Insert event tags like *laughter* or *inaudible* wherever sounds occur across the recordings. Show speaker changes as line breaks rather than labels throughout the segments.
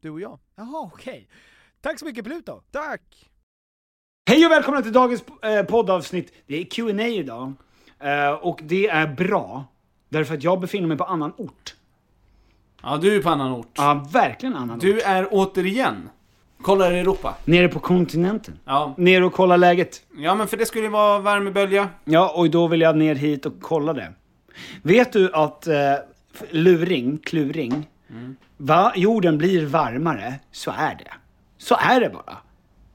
Du och jag.
Jaha, okej. Tack så mycket Pluto!
Tack!
Hej och välkomna till dagens eh, poddavsnitt. Det är Q&A idag. Eh, och det är bra, därför att jag befinner mig på annan ort.
Ja, du är på annan ort.
Ja, verkligen annan
Du
ort.
är återigen. Kollar Europa.
Nere på kontinenten.
Ja.
Ner och kolla läget.
ja, men för det skulle ju vara värmebölja.
Ja, och då vill jag ner hit och kolla det. Vet du att eh, luring, kluring, va, jorden blir varmare, så är det. Så är det bara.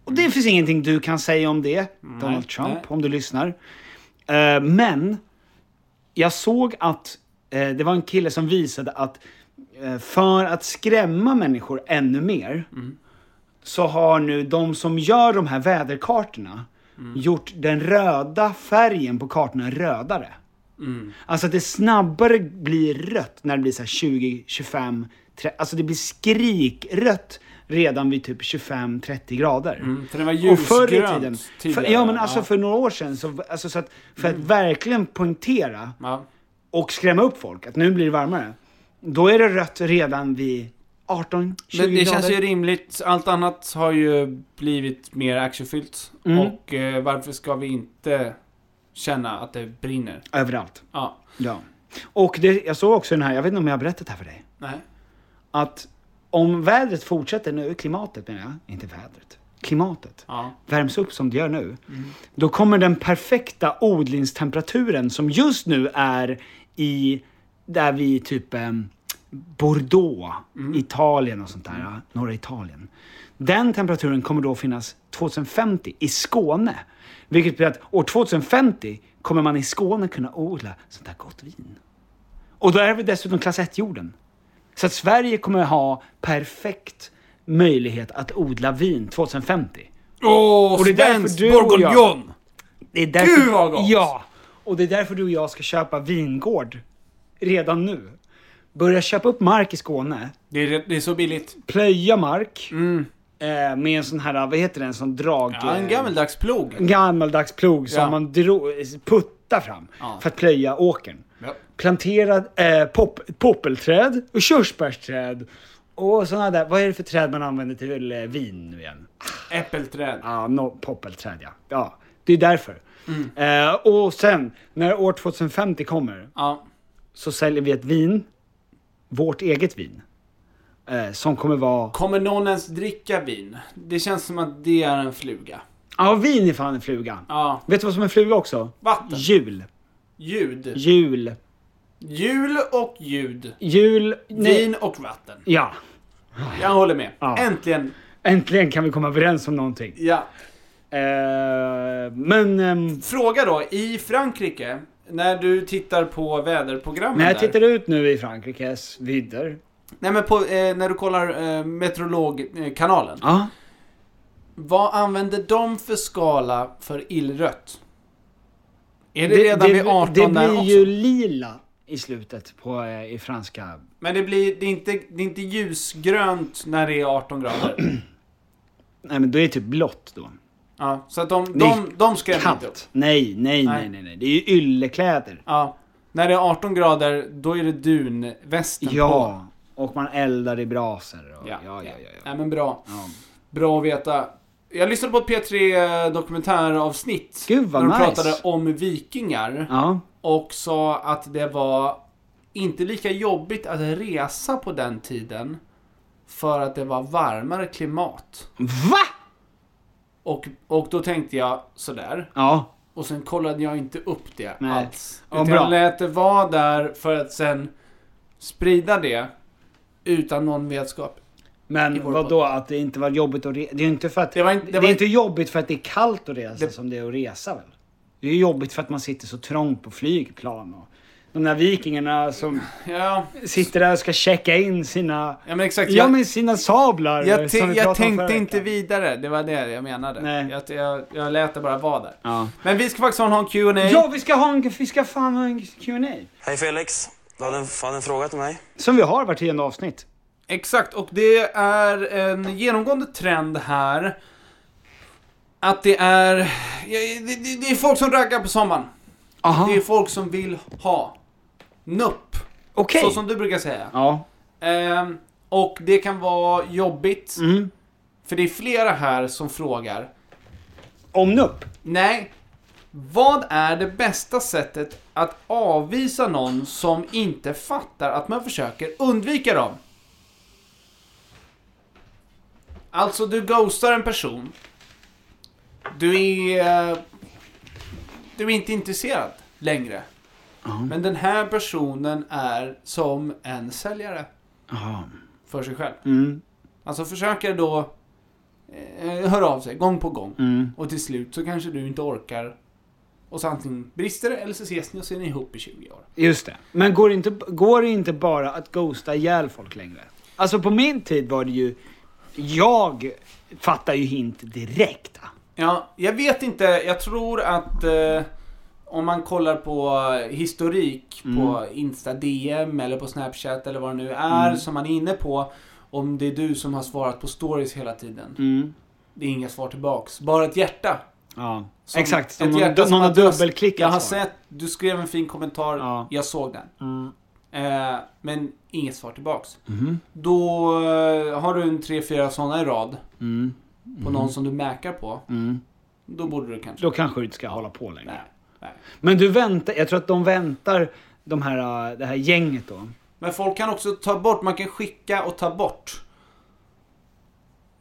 Och det finns ingenting du kan säga om det, Donald Trump,
Mm, nej.
om du lyssnar. Eh, men, jag såg att eh, det var en kille som visade att eh, för att skrämma människor ännu mer, så har nu de som gör de här väderkartorna gjort den röda färgen på kartorna rödare. Alltså att det snabbare blir rött när det blir så här 20, 25, 30, alltså det blir skrikrött redan vid typ 25-30 grader.
För den var ljusgrön
för, ja men alltså för några år sedan, så, alltså så att, för
Mm.
att verkligen poängtera
Ja.
och skrämma upp folk att nu blir det varmare, då är det rött redan vid 18, 20
Det, det
grader.
känns ju rimligt. Allt annat har ju blivit mer actionfyllt.
Mm.
Och eh, varför ska vi inte känna att det brinner?
Överallt.
Ja.
Ja. Och det, jag såg också den här, jag vet inte om jag har berättat det här för dig.
Nej.
Att om vädret fortsätter nu, klimatet menar jag, inte vädret, klimatet
Ja.
värms upp som det gör nu. Då kommer den perfekta odlingstemperaturen som just nu är i, där vi typ eh, Bordeaux, Italien och sånt där, ja, norra Italien. Den temperaturen kommer då finnas 2050 i Skåne. Vilket betyder att år 2050 kommer man i Skåne kunna odla sånt där gott vin. Och då är vi dessutom klass 1-jorden. Så att Sverige kommer ha perfekt möjlighet att odla vin 2050.
Åh,
Och det är därför
svensk
du och jag-
bourguignon!
Det är därför,
Gud, vad gott!
Ja! Och det är därför du och jag ska köpa vingård. Redan nu. Börja köpa upp mark i Skåne.
Det är, det är så billigt.
Plöja mark. Eh, med en sån här, vad heter det, en sån drag...
Mm. Ja, en
eh,
gammeldags plog.
gammaldags plog som
Ja.
man dro, puttar fram.
Ja.
För att plöja åkern.
Ja.
planterat eh, pop, poppelträd och körsbärsträd. Och sådana där, vad är det för träd man använder till eh, vin nu igen?
Äppelträd.
Ja, no, poppelträd ja. ja. Det är därför.
Mm.
Eh, och sen, när år 2050 kommer,
Ja.
så säljer vi ett vin, vårt eget vin, eh, som kommer vara...
Kommer någon ens dricka vin? Det känns som att det är en fluga.
Ja, vin är fan en fluga.
Ja.
Vet du vad som är en fluga också?
Vatten.
Jul.
Ljud.
Jul.
Jul och ljud.
Jul. Nej.
Vin och vatten.
Ja,
Jag håller med.
Ja.
Äntligen.
äntligen kan vi komma överens om någonting.
Ja.
Eh, men ehm,
Fråga då, i Frankrike, när du tittar på väderprogrammen
när jag
där,
tittar ut nu i Frankrikes vidder.
Nej men på, eh, när du kollar eh, Meteorologkanalen.
Ja.
Vad använder de för skala för illrött? Är det,
Det,
redan
det,
vid 18
det
där
blir
också?
ju lila i slutet på, eh, i franska.
Men det blir, det är, inte, det är inte ljusgrönt när det är 18 grader.
Nej men då är det typ blått då.
Ja, så att de,
Det är
de, de skrämmer inte upp.
Kallt. Nej, nej, nej,
Nej.
nej, nej. Det är ju yllekläder.
Ja. När det är 18 grader, då är det dunvästen på.
Ja, och man eldar i braser. Och, ja, ja, ja, ja.
Nej men bra.
Ja.
Bra att veta. Jag lyssnade på ett P3 dokumentäravsnitt.
Gud, vad
när de
nice.
pratade om vikingar.
Ja.
Och sa att det var inte lika jobbigt att resa på den tiden. För att det var varmare klimat.
Va?
Och, och då tänkte jag sådär.
Ja.
Och sen kollade jag inte upp det
Nej.
alls.
Ja,
Utan
bra.
jag lät det vara där för att sen sprida det. Utan någon vetskap. I
Men
vår
vad då att det inte var jobbigt att resa? Det är ju inte för att...
Det var inte- det
det
var
är
inte-
inte jobbigt för att det är kallt att resa
Det-
som det är att resa väl? Det är jobbigt för att man sitter så trångt på flygplan och... De där vikingarna som
Ja,
sitter där och ska checka in sina...
ja men exakt.
Ja
jag-
men sina sablar!
Jag,
som
te-
vi
jag
pratade om förra
tänkte inte
veckan.
vidare, det var det jag menade.
Nej.
Jag, jag, jag lät det bara vara där.
Ja.
Men vi ska faktiskt ha en Q&A.
Ja, vi ska ha en... Vi ska fan ha en Q&A
Hej Felix. Du hade en, hade en fråga till mig.
Som vi har var tionde avsnitt.
Exakt, och det är en genomgående trend här. Att det är... Det, det, det är folk som raggar på sommaren.
Aha.
Det är folk som vill ha. Nupp.
Okej!
Så som du brukar säga.
Ja.
Ehm, och det kan vara jobbigt.
Mm.
För det är flera här som frågar.
Om nupp.
Nej. Vad är det bästa sättet att avvisa någon som inte fattar att man försöker undvika dem? Alltså, du ghostar en person. Du är... eh, Du är inte intresserad längre. Men den här personen är som en säljare
Jaha.
för sig själv. Alltså försöker då eh, höra av sig gång på gång. Och till slut så kanske du inte orkar. Och så antingen brister det eller så ses ni och ser ni ihop i 20 år.
Just det. Men går det, inte, går det inte bara att ghosta ihjäl folk längre? Alltså på min tid var det ju... Jag fattar ju hint direkt.
Ja, jag vet inte. Jag tror att eh, om man kollar på eh, historik på Insta DM eller på Snapchat eller vad det nu är som man är inne på. Om det är du som har svarat på stories hela tiden. Det är inga svar tillbaks. Bara ett hjärta.
Ja.
Som
Exakt.
ett
Som någon,
hjärta
någon
som
har
att du
dubbelklickat.
Jag har
så.
sett, du skrev en fin kommentar,
Ja. Mm.
jag såg den. Eh, men inget svar tillbaks.
Mm-hmm.
Då eh, har du en tre, fyra sådana i rad.
Mm.
På någon som du mäkar på. Då borde du kanske...
Mm-hmm. Då kanske du inte ska hålla på längre.
Nej, nej.
Men du väntar. Jag tror att de väntar, de här, äh, det här gänget då.
Men folk kan också ta bort, man kan skicka och ta bort.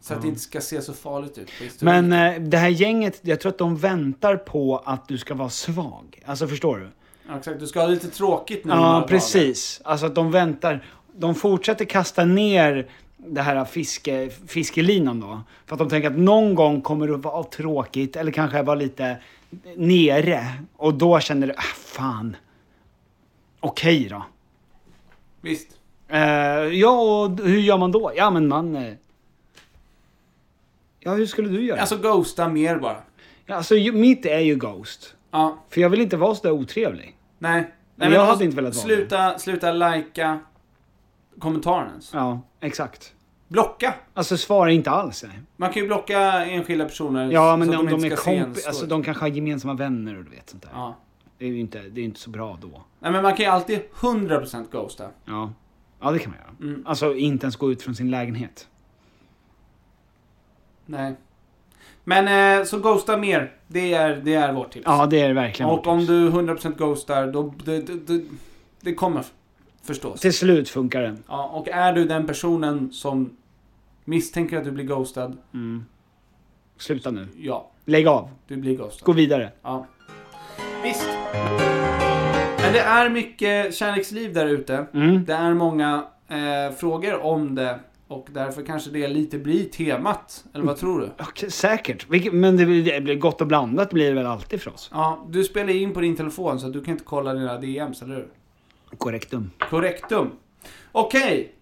Så att det inte ska se så farligt ut på historien.
Men äh, det här gänget, jag tror att de väntar på att du ska vara svag. Alltså förstår du?
Ja, exakt, du ska ha lite tråkigt nu. några
Ja,
dagar.
precis. Alltså att de väntar. De fortsätter kasta ner det här fiske, fiskelinan då. För att de tänker att någon gång kommer det att vara tråkigt eller kanske vara lite nere. Och då känner du, ah, fan. Okej då.
Visst.
Eh, ja, och hur gör man då? Ja, men man... eh, Ja, hur skulle du göra? Alltså,
Alltså ghosta mer bara.
alltså ju- mitt är ju Ghost.
Ja,
För jag vill inte vara så där otrevlig.
Nej. alltså,
Men jag hade inte velat vara
Sluta, sluta lajka kommentaren ens.
Ja, exakt.
Blocka!
Alltså svara inte alls. Nej.
Man kan ju blocka enskilda personer
Ja, men
så att
om de,
inte
är
ska se en
kompis,
story.
alltså de kanske har gemensamma vänner och du vet sånt där.
Ja.
Det är ju inte, det är inte så bra då.
Nej men man kan ju alltid 100% ghosta.
Ja, ja det kan man göra.
Mm.
Alltså inte ens gå ut från sin lägenhet.
Nej. Men eh, så ghosta mer. Det är, det är vårt tips.
Ja, det är det verkligen.
Och om du 100% ghostar, då... Det, det, det, det kommer f- förstås.
Till slut funkar det.
Ja, och är du den personen som misstänker att du blir ghostad,
Sluta nu.
ja,
Lägg av.
du blir ghostad.
Gå vidare.
Ja. Visst. Men det är mycket kärleksliv där ute.
Mm.
Det är många eh, frågor om det. Och därför kanske det lite blir temat. Eller
Mm.
vad tror du?
Okej, säkert. Vilket- Men det blir- det blir gott och blandat blir det väl alltid för oss.
Ja, du spelar in på din telefon så du kan inte kolla dina DMs, eller hur?
Korrektum.
Korrektum. Okej.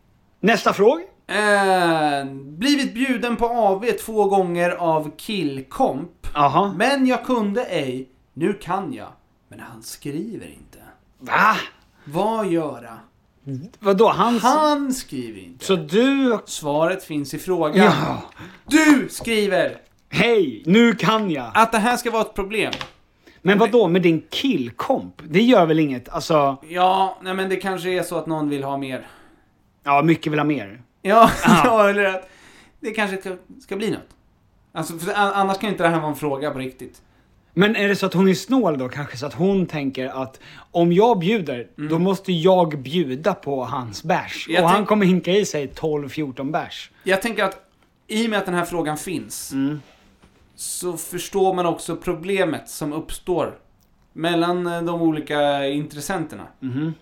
Nästa fråga.
Eh, blivit bjuden på AV två gånger av killkomp.
Jaha.
Men jag kunde ej. Nu kan jag. Men han skriver inte.
Va?
Vad göra?
Vadå? Hans...
Han skriver inte.
Så du...
Svaret finns i frågan.
Ja.
Du skriver
Hej! Nu kan jag!
att det här ska vara ett problem.
Men vad då med din killkomp? Det gör väl inget? Alltså,
Ja, nej men det kanske är så att någon vill ha mer.
ja, mycket vill ha mer.
Ja, *laughs* ja eller att det kanske ska, ska bli något. Alltså, för, an- annars kan ju inte det här vara en fråga på riktigt.
Men är det så att hon är snål då kanske? Så att hon tänker att om jag bjuder, då måste jag bjuda på hans bärs.
Mm. Jag
och han
tänk-
kommer hinka i sig 12-14 bärs.
Jag tänker att i och med att den här frågan finns
Mm.
så förstår man också problemet som uppstår mellan eh, de olika intressenterna.
Mm-hmm.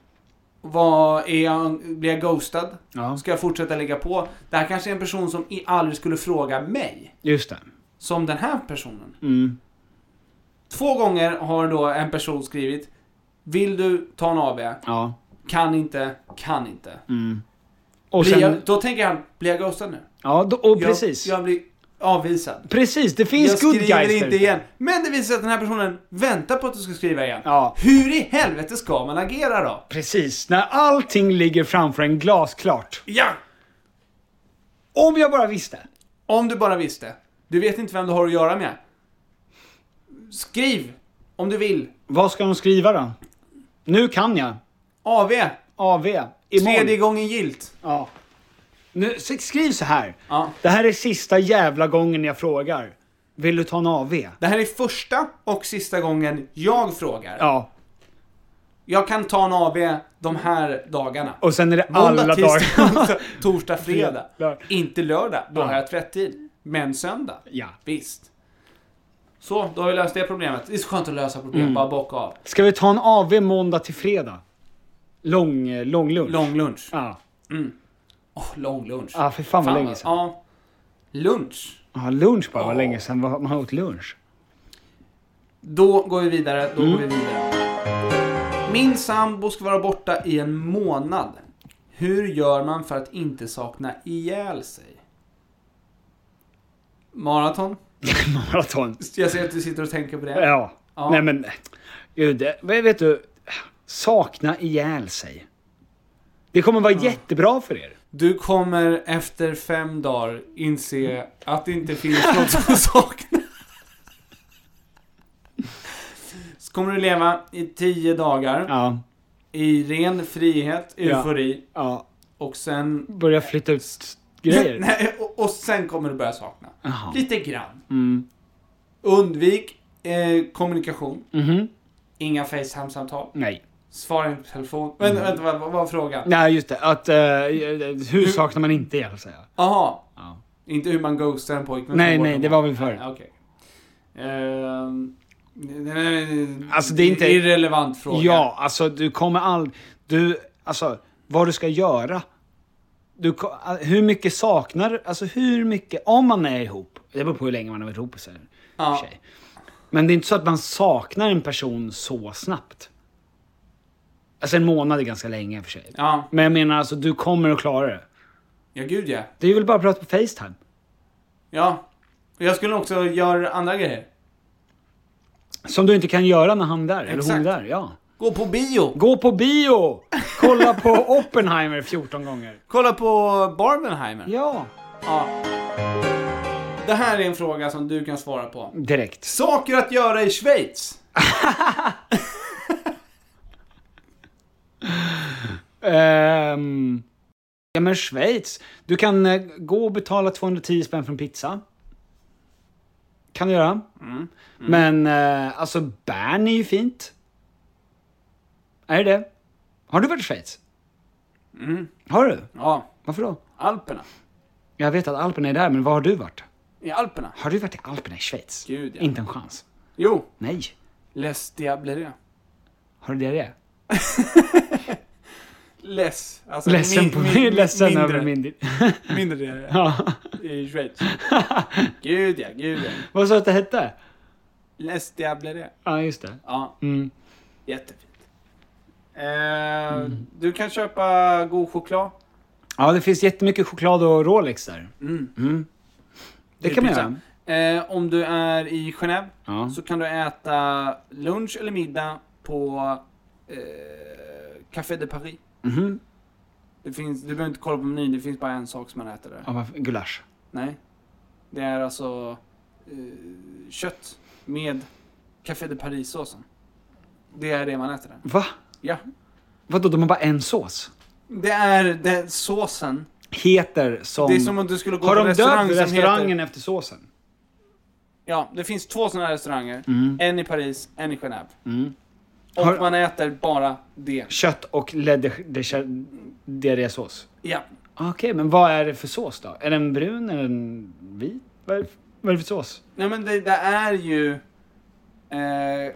Vad är jag, blir jag ghostad?
Ja.
Ska jag fortsätta lägga på? Det här kanske är en person som i- aldrig skulle fråga mig.
Just det.
Som den här personen.
Mm.
Två gånger har då en person skrivit Vill du ta en AV?
Ja.
Kan inte, kan inte.
Mm. Och
Blir
sen...
jag, då tänker han, blir jag ghostad nu?
Ja, då, och
Jag,
precis.
jag blir avvisad.
Precis, det
Jag
finns good guys
skriver
där
inte
ute.
igen. Men det visar sig att den här personen väntar på att du ska skriva igen.
Ja.
Hur i helvete ska man agera då?
Precis, när allting ligger framför en glasklart.
Ja!
Om jag bara visste.
Om du bara visste. Du vet inte vem du har att göra med. Skriv! Om du vill.
Vad ska de skriva då? Nu kan jag.
AV.
AV.
Tredje
Imorgon.
gången gilt.
Ja. Nu, s- skriv så här.
Ja.
Det här är sista jävla gången jag frågar. Vill du ta en AV?
Det här är första och sista gången jag frågar.
Ja.
Jag kan ta en AV de här dagarna.
Och sen är det
Måndag,
alla
tisdag,
dagar. *laughs*
torsdag, fredag.
Fredag.
Inte lördag, då har jag tvättid. Men söndag.
Ja.
Visst. Så, då har vi löst det problemet. Det är så skönt att lösa problem,
Mm.
bara bocka av.
Ska vi ta en AV måndag till fredag? Lång, eh, lång lunch.
Lång lunch.
Ja.
Åh, lång lunch.
Ja, för fan vad
Fan,
länge sedan.
Ja. Lunch.
Ja, lunch bara. Vad länge sedan var- man har åt lunch. *laughs*
Då går vi vidare,
Mm.
då går vi vidare. Min sambo ska vara borta i en månad. Hur gör man för att inte sakna ihjäl sig? Maraton?
Maraton.
Jag ser att du sitter och tänker på det.
Ja.
Ja.
Nej men... Gud, det- men vet du? Sakna ihjäl sig. Det kommer vara jättebra för er.
Du kommer efter fem dagar inse att det inte finns något
*laughs*
som saknas. Så kommer du leva i tio dagar
Ja.
i ren frihet, eufori
ja.
och sen...
Börja flytta ut grejer.
*laughs* Nej, och, och sen kommer du börja sakna.
Jaha. Mm.
Lite grann. Undvik eh, kommunikation.
Mhm.
Inga Facetime-samtal.
*laughs* Nej.
Svara inte på telefon. Vänta, vänta, vad, vad var frågan?
Mm. Nej, just det. Att, eh, hur saknar man inte ihjäl sig?
Jaha.
Ja.
Inte hur man ghostar en pojkvän.
Nej,
som går
nej, det
bort.
var väl förr.
Ja, Okej. Ehm, det- det- det-
Alltså, det är inte-
Irrelevant fråga.
Ja, alltså du kommer aldrig... Du, alltså vad du ska göra. Du, ko- hur mycket saknar Alltså hur mycket... Om man är ihop. Det beror på hur länge man har varit ihop. Så här,
Ja.
för sig. Men det är inte så att man saknar en person så snabbt. Alltså en månad är ganska länge i och för sig.
Ja,
Men jag menar alltså, du kommer att klara det.
ja gud ja.
Det är väl bara att prata på Facetime?
Ja. Jag skulle också göra andra grejer.
Som du inte kan göra när han är där, eller
Exakt.
hon är där. Ja.
Gå på bio.
Gå på bio! Kolla på *laughs* Oppenheimer 14 gånger.
Kolla på Barbenheimer.
Ja.
Ja. Det här är en fråga som du kan svara på.
Direkt.
Saker att göra i Schweiz.
Ehm, ja men Schweiz. Du kan eh, gå och betala 210 spänn för en pizza. Kan du göra.
Mm,
Men eh, alltså Bern är ju fint. Är det det? Har du varit i Schweiz? Har du?
Mm. Ja,
Varför då?
Alperna.
Jag vet att Alperna är där, men var har du varit?
I Alperna?
Har du varit i Alperna i Schweiz?
Gud, ja.
Inte en chans.
Jo,
Nej.
Les Diablerie.
Har du diarré?
Les. Alltså
Ledsen, på, *laughs* ledsen
mindre,
över min... *laughs*
Mindre diarré.
Ja.
I Schweiz. gud ja, gud ja.
Vad sa du att det hette?
Les Diablerie.
Ja, just det.
Ja,
Mm.
jättefint. Eh,
Mm.
Du kan köpa god choklad.
Ja, det finns jättemycket choklad och Rolex där.
Mm.
Mm. Det
är
kan man
pizza.
göra.
Eh, om du är i Genève
Ja.
så kan du äta lunch eller middag på eh, Café de Paris.
Mhm.
Det finns, du behöver inte kolla på menyn, det finns bara en sak som man äter där.
Ja, vad- gulasch.
Nej. Det är alltså eh, kött med Café de Paris-såsen. Det är det man äter där.
Va?
Ja.
Vadå, de har bara en sås?
Det är den såsen.
Heter som...
Det är som om du skulle gå
har
på
de
restaurang
döpt
som
restaurangen
heter...
efter såsen?
Ja, det finns två sådana här restauranger. En i Paris, en i Genève. Och
Mm. Har-
man äter bara det.
Kött och le- de- de- diarrésås?
Ja.
Okej, men vad är det för sås då? Är den brun? Är den vit? Vad är det, vad är det för sås?
Nej men det, det är ju... Eh,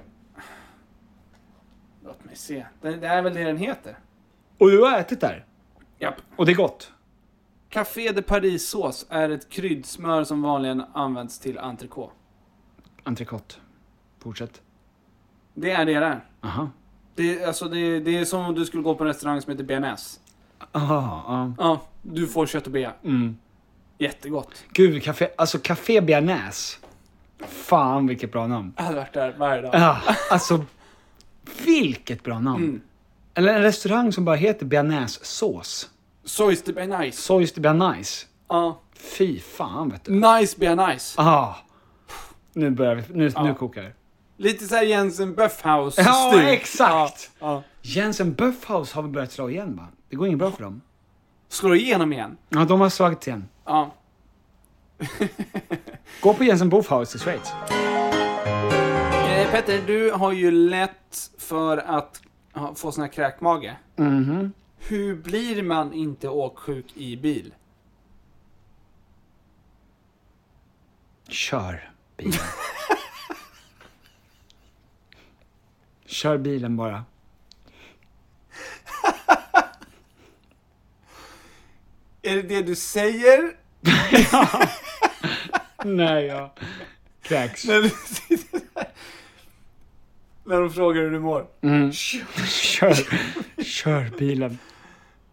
låt mig se. Det, det är väl det den heter?
Och du har ätit där?
Japp.
Och det är gott?
Café de Paris-sås är ett kryddsmör som vanligen används till entrecote.
Entrecote. Fortsätt.
Det är det där.
Aha.
Det, alltså, det, det är som om du skulle gå på en restaurang som heter BNS.
Aha, ja.
Ja, du får kött och bea.
Mm.
Jättegott.
Gud, café, alltså Café Bearnaise. Fan vilket bra namn.
Jag hade varit där varje dag.
Ah, alltså, vilket bra namn. Eller en restaurang som bara heter bearnaisesås.
Sois de be nice.
Sojs de bearnaise.
Ja.
Fy fan vet du.
Nice be nice.
Ah, nu börjar vi, nu, nu kokar det.
Lite såhär Jensen Böffhaus
Ja,
stuk.
exakt!
Ja.
Jensen Böffhaus har väl börjat slå igen va? Det går inget bra för dem.
Slår igenom igen.
Ja, de har slagit igen.
Ja.
*laughs* Gå på Jensen Böffhaus i Schweiz.
Eh, Petter, du har ju lätt för att ha- få sån här kräkmage.
Mhm.
Hur blir man inte åksjuk i bil?
Kör bilen. Kör bilen bara.
Är det det du säger?
När jag kräks.
När, du sitter där? när de frågar hur du mår?
Mm. Kör, kör bilen.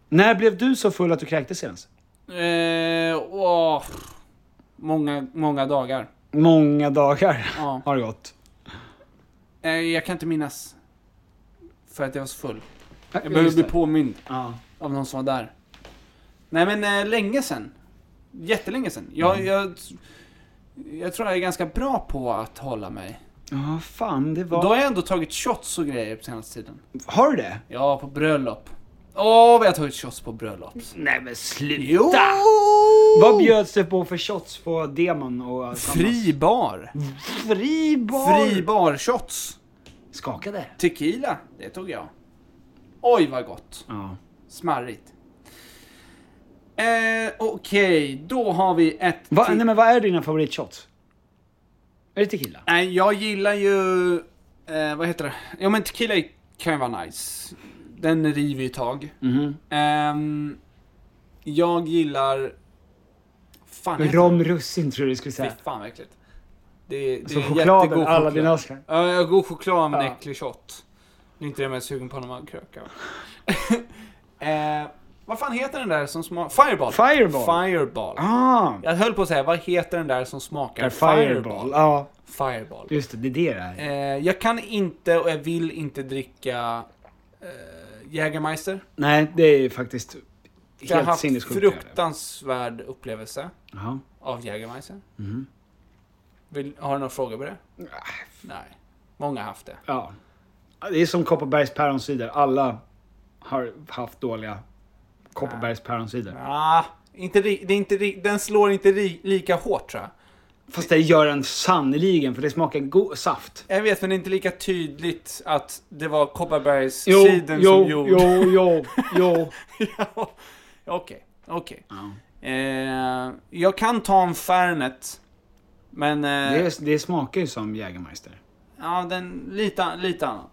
När blev du så full att du kräktes senast?
Eh, åh. Många, många dagar.
Många dagar
Ja.
har det gått.
Eh, jag kan inte minnas. För att jag var så full. Jag behöver
Just
bli
det.
påmind
Ja.
av någon som var där. Nej men eh, länge sen. Jättelänge sen. Jag,
Mm.
jag, jag tror jag är ganska bra på att hålla mig.
Ja, fan det
Då
var...
har jag ändå tagit shots och grejer på senaste tiden.
Har du det?
Ja, på bröllop. Åh, vad jag har tagit shots på bröllop.
Nej men sluta!
Jo!
Vad bjöds det på för shots på demon och...
Fribar.
Fribar!
Fribar-shots.
Skakade?
Tequila, det tog jag. Oj, vad gott.
Ja.
Smarrigt. Eh, Okej, då har vi ett
Va,
till.
nej men vad är dina favoritshots? Är det tequila?
Nej, jag gillar ju... Eh, vad heter det? Ja men tequila kan ju vara nice. Den river ju tag. Ehm, jag gillar... Fan, jag
Rom russin tror jag du skulle
Fy
säga.
fan vad äckligt. Det, det
Så
är
Alltså, chokladen,
jättegod
alla
choklad.
dina Oscar.
Ja, jag har god choklad men
Ja.
äcklig shot. Det är inte det jag är mest sugen på när man krökar. *laughs* eh, vad fan heter den där som smakar... Fireball!
Fireball.
Fireball.
Ah!
Jag höll på att säga, vad heter den där som smakar
Fireball. Ja,
Fireball.
just det. Det är det det är.
Eh, jag kan inte och jag vill inte dricka eh, Jägermeister.
Nej, det är faktiskt
Jag har
helt
haft
sinnessjukt.
fruktansvärd upplevelse
Ja.
av Jägermeister.
Mhm.
Vill, har du några frågor på det? Nej.
Ah.
Nej. Många har haft det.
ja. Det är som Kopparbergs päronsydor. Alla
har haft dåliga Kopparbergs päronsider.
Ah, inte, ri- det är inte, ri- den slår inte ri, lika hårt tror jag.
Fast det gör den sannerligen, för det smakar go- saft.
Jag vet, men det är inte lika tydligt att det var Kopparbergs
Jo,
siden
jo,
som
jo,
gjorde...
*laughs* jo, jo.
*laughs* Ja, Okej, okej. Eh, jag kan ta en Fernet. Men... Eh,
Det, det smakar ju som Jägermeister.
Ja, den lite, an- lite annan.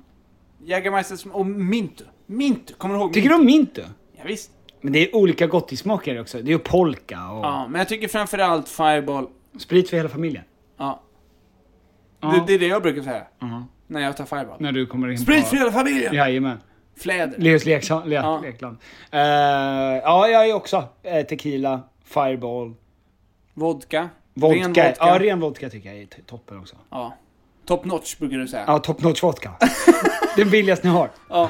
Jägermeisters och Mintu. Mintu, kommer du ihåg
Tycker du
Mintu?
om mint då?
Ja, visst.
Men det är olika gottismaker också. Det är ju polka och
Ja, men jag tycker framförallt Fireball.
sprit för hela familjen.
Ja.
Ja,
Det, det är det jag brukar säga. När jag tar Fireball.
När du kommer in
Sprit
på...
för hela familjen!
Jajamän.
Fläder.
Leos leksa- le-
Ja.
lekland. Eh, ja, jag är också eh, tequila, fireball,
Vodka.
vodka.
Ren vodka.
Ja, ren vodka tycker jag är t- toppen också.
Ja. Top notch brukar du säga.
Ja, top notch
*laughs*
vodka. Den billigaste ni har.
Ja.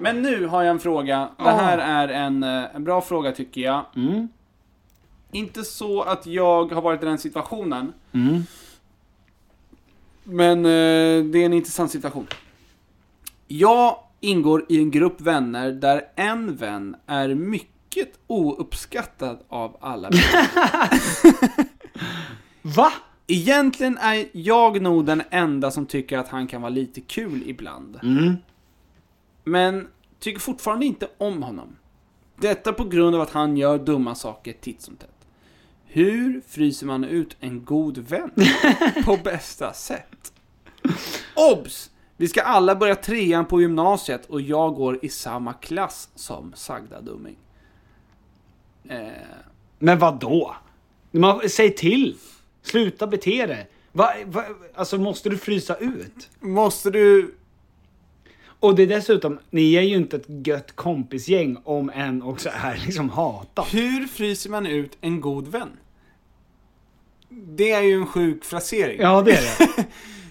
Men nu har jag en fråga. Det här är en, eh, en bra fråga tycker jag. Inte så att jag har varit i den situationen. Men eh, det är en intressant situation. Jag ingår i en grupp vänner där en vän är mycket ouppskattad av alla vänner.
Va?
Egentligen är jag nog den enda som tycker att han kan vara lite kul ibland. Men tycker fortfarande inte om honom. Detta på grund av att han gör dumma saker titt som tätt. Hur fryser man ut en god *laughs* vän på bästa sätt? Obs! Vi ska alla börja trean på gymnasiet och jag går i samma klass som sagda dumming. Eh,
Men vad då? Man, säg till! Sluta bete dig!
Va, va, alltså måste du frysa ut?
Måste du...
Och det är dessutom, ni är ju inte ett gött kompisgäng om en också är liksom hatad.
Hur fryser man ut en god vän? Det är ju en sjuk frasering.
Ja, det är det.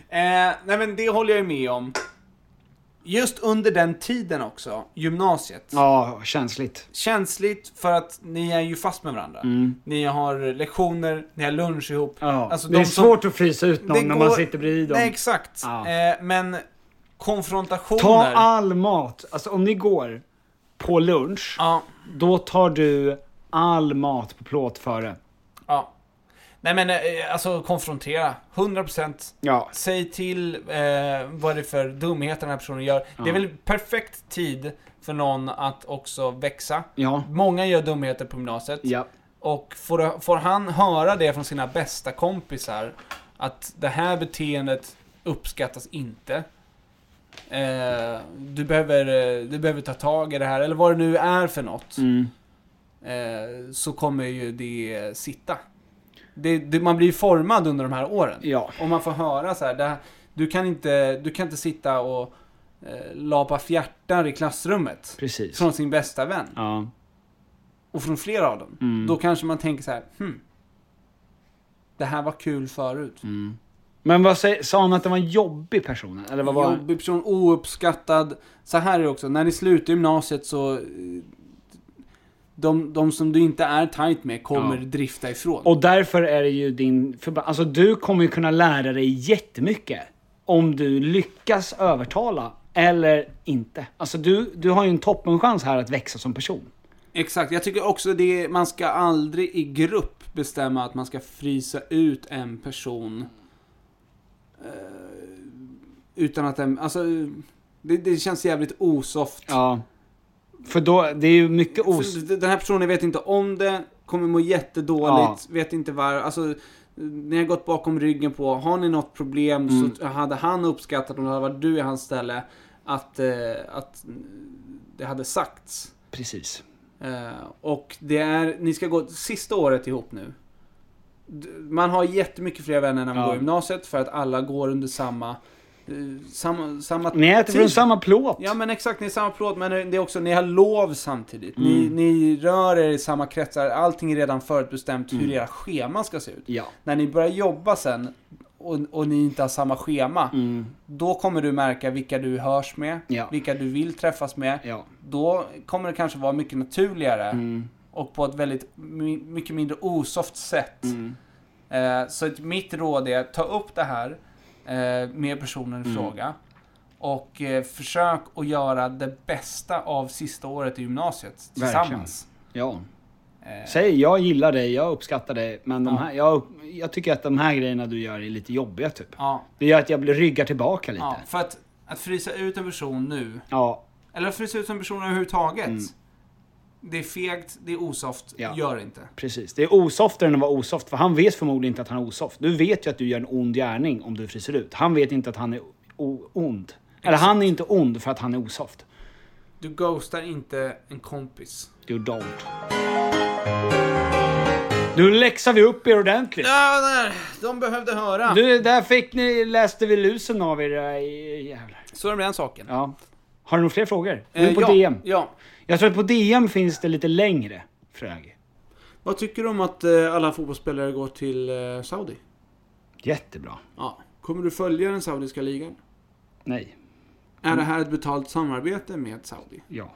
eh, nej men det håller jag ju med om. Just under den tiden också, gymnasiet.
*laughs* Ja, känsligt.
Känsligt för att ni är ju fast med varandra.
Mm.
Ni har lektioner, ni har lunch ihop.
Ja.
Alltså,
det
de
är
som-
svårt att frysa ut någon
Det
när
går-
man sitter bredvid dem.
Nej, exakt.
Ja.
Eh, men konfrontationer.
Ta all mat. Alltså om ni går på lunch, då tar du all mat på plåt före.
Ja. Nej men eh, alltså konfrontera. 100%.
Ja.
Säg till eh, vad det är för dumheter den här personen gör. Det är
Ja.
väl perfekt tid för någon att också växa.
Ja.
Många gör dumheter på gymnasiet.
Ja.
Och får, får han höra det från sina bästa kompisar, att det här beteendet uppskattas inte. Eh, du, behöver, eh, du behöver ta tag i det här, eller vad det nu är för något.
Mm.
Eh, så kommer ju det sitta. Det, det, man blir ju formad under de här åren.
Ja.
Om man får höra så här, det, här- du, kan inte, du kan inte sitta och eh, lapa fjärtar i klassrummet.
Precis.
Från sin bästa vän.
Ja.
Och från flera av dem.
Mm.
Då kanske man tänker så här, hmm. Det här var kul förut.
Mm. Men vad säger, sa han att det var en jobbig person? Eller vad var
Jobbig person, ouppskattad. Så här är det också, när ni slutar gymnasiet så... eh, De, de som du inte är tight med kommer
Ja.
drifta ifrån.
Och därför är det ju din förba- Alltså du kommer ju kunna lära dig jättemycket. Om du lyckas övertala eller inte. Alltså du, du har ju en toppenchans här att växa som person.
Exakt, jag tycker också det, man ska aldrig i grupp bestämma att man ska frysa ut en person. eh, utan att den, alltså... Det, det känns jävligt osoft.
Ja. För då, det är ju mycket os...
För Den här personen vet inte om det, kommer må jättedåligt, vet inte var. Alltså, ni har gått bakom ryggen på, har ni något problem
Mm.
så hade han uppskattat om det hade varit du i hans ställe, att, eh, att det hade sagts.
Precis.
Eh, och det är, ni ska gå sista året ihop nu. D- Man har jättemycket fler vänner när man
Ja.
går i gymnasiet för att alla går under samma... eh, Samma, samma
Ni äter från
tid.
samma plåt.
Ja men exakt, ni är samma plåt men det är också, ni har lov samtidigt.
Mm.
Ni, ni rör er i samma kretsar, allting är redan förutbestämt hur era scheman ska se ut.
Mm. Ja.
När ni börjar jobba sen och, och ni inte har samma schema, då kommer du märka vilka du hörs med,
Mm. Ja.
vilka du vill träffas med.
Ja.
Då kommer det kanske vara mycket naturligare
Mm.
och på ett väldigt my- mycket mindre osoft sätt.
Mm.
Eh, så att mitt råd är, ta upp det här eh, med personen i
Mm.
fråga. Och eh, försök att göra det bästa av sista året i gymnasiet tillsammans.
Ja.
Eh,
Säg, jag gillar dig, jag uppskattar dig, men de
Ja.
här, jag, jag tycker att de här grejerna du gör är lite jobbiga typ.
ja,
Det gör att jag blir ryggar tillbaka lite.
ja,
Ja.
för att, att frysa ut en person nu,
Ja.
eller att frysa ut en person överhuvudtaget.
Mm.
Det är fegt, det är osoft,
Ja.
gör inte.
Precis. Det är osoftare än att vara osoft, för han vet förmodligen inte att han är osoft. Du vet ju att du gör en ond gärning om du fryser ut. Han vet inte att han är o- ond. Eller han är inte ond för att han är osoft.
Du ghostar inte en kompis.
You don't. Nu läxar vi upp er ordentligt.
Ja, där, de behövde höra.
Du, där fick ni, läste vi lusen av er. äh, Jävlar.
Så är det med den saken.
Ja. Har du några fler frågor? Du
Eh,
är på
ja,
DM.
Ja.
Jag tror att på DM finns det lite längre frög.
Vad tycker du om att eh, alla fotbollsspelare går till eh, Saudi?
Jättebra.
Ja. Kommer du följa den saudiska ligan?
Nej.
Är
Mm.
det här ett betalt samarbete med Saudi?
Ja.